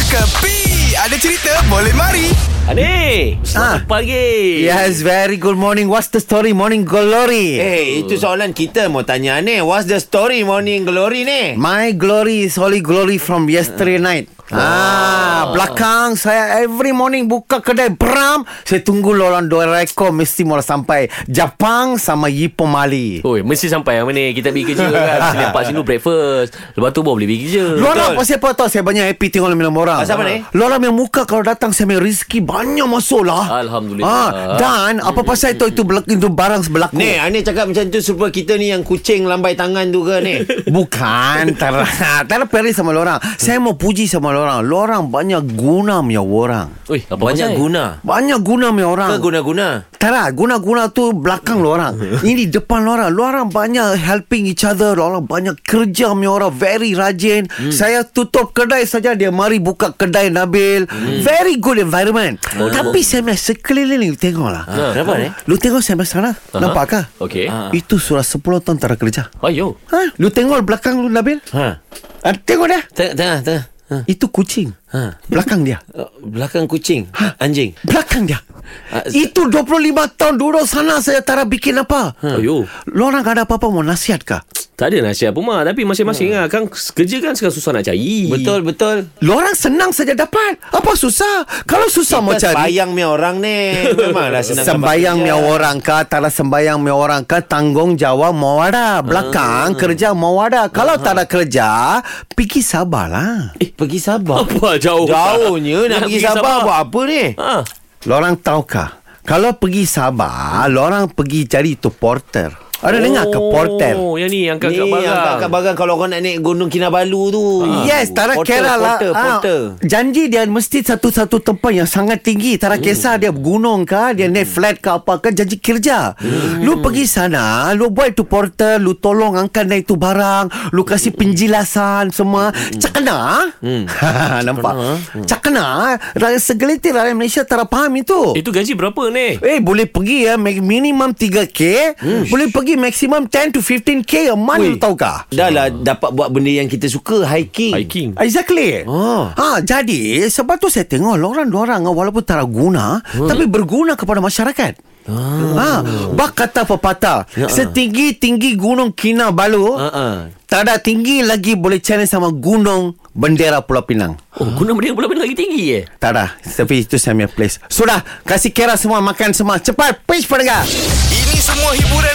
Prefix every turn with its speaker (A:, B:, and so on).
A: Kepi Ada cerita boleh mari
B: Ani, selamat
C: Ah.
B: pagi.
C: Yes, very good morning. What's the story, morning glory?
D: Eh, itu soalan kita mau tanya ni. What's the story morning glory ni?
C: My glory is holy glory from yesterday night. Ah, belakang saya every morning buka kedai Bram Saya tunggu lorang dua rekor Mesti mula sampai Japang sama Ipoh Mali
B: Oi, mesti sampai yang mana kita pergi kerja kan. Sini lepas sini breakfast. Lepas tu baru boleh pergi kerja.
C: Lorang lah, pasal apa tau Saya banyak happy tengok minum orang
D: Pasal apa ni?
C: Lorang yang muka kalau datang Saya punya rezeki banyak masuk lah
B: Alhamdulillah.
C: ah, Dan apa pasal itu Itu, belak- itu barang sebelaku
D: Ni, Ani cakap macam tu supaya kita ni yang kucing lambai tangan tu ke ni?
C: Bukan Tara Tara peri sama lorang Saya mau puji sama lorang Lorang banyak guna punya orang
B: Oi, apa
D: Banyak
B: pasal?
D: guna.
C: Banyak guna punya orang
D: Apa guna-guna?
C: Tara guna-guna tu belakang
B: Hmm.
C: lorang Ini depan lorang Lorang banyak helping each other Lorang banyak kerja punya orang Very rajin
B: Hmm.
C: Saya tutup kedai saja Dia mari buka kedai Nabil
B: Hmm.
C: Very good environment Tapi saya punya sekeliling Tengok lah
B: Oh, Ha, kenapa ni?
C: Lu tengok saya punya sana Nampak kah?
B: Okey.
C: Itu surah 10 tahun Tara kerja
B: Ayo.
C: Ha? Lu tengok belakang lu Nabil
D: Ha.
C: Ah, tengok dah.
D: Tengah, tengah, tengah. Ha.
C: Itu kucing.
D: Ha.
C: Belakang dia.
D: Eh, Belakang kucing. Anjing.
C: Belakang dia.
D: Ah, s-
C: Itu 25 tahun duduk sana saya tak bikin apa.
D: Ha.
B: Ayo.
C: Lorang ada apa-apa mau nasihat kah?
B: Tak ada nasihat pun mak Tapi masing-masing lah Kan kerja kan sekarang susah nak cari
D: Hmm. Betul, betul.
C: Lorang senang saja dapat. Apa susah? Kalau susah mau
D: Kita
C: cari.
D: sembayang punya orang ni. Memanglah senang.
C: Sembayang mia orang kah Tala sembayang mia orang kah Tanggungjawab mau
D: Ah.
C: ada Belakang kerja mau ada Kalau tak ada kerja Pergi lah. sabarlah
D: Eh, pergi Sabah.
B: Apa jauh
D: Jauhnya nak pergi Sabah Ah. buat apa ni?
B: ha.
C: Lorang tahukah Kalau pergi Sabah Lorang pergi cari tu porter Ada dengar ke porter?
B: Oh yang ni Angkat kat
D: Ni
B: barang
D: angkat-angkat barang Ah. kalau kau nak naik Gunung Kinabalu tu.
C: Yes, Tara
D: Porter,
C: kira lah.
D: Porter,
C: Ah,
D: porter.
C: janji dia mesti satu-satu tempat yang sangat tinggi. Tara kisah dia gunung ke, dia naik flat ke apa ke, janji kerja. Lu pergi sana, lu buat tu porter, lu tolong angkat naik tu barang, lu kasih penjelasan semua. Cakna. Nampak? Cakna, rakyat segelitir rakyat Malaysia Tara faham itu.
B: Itu gaji berapa ni
C: Eh boleh pergi ya ma- minimum 3k boleh pergi maksimum 10 to 15k a month lu tahu kah
D: Dah lah dapat buat benda yang kita suka Hiking
B: Hiking
C: Exactly.
D: Ah.
C: Ha, jadi sebab tu saya tengok lorang-lorang ah, walaupun tak ada guna hmm. tapi berguna kepada masyarakat. Ah. Ha, bak kata pepatah, setinggi-tinggi gunung Kinabalu,
D: Ah, ah.
C: tak ada tinggi lagi boleh challenge sama gunung bendera Pulau Pinang.
B: Oh guna benda pula benda lagi tinggi eh
C: Tak ada, tapi itu saya punya place. Sudah, kasih kira semua makan semua. Cepat, pitch pendengar.
A: Ini semua hiburan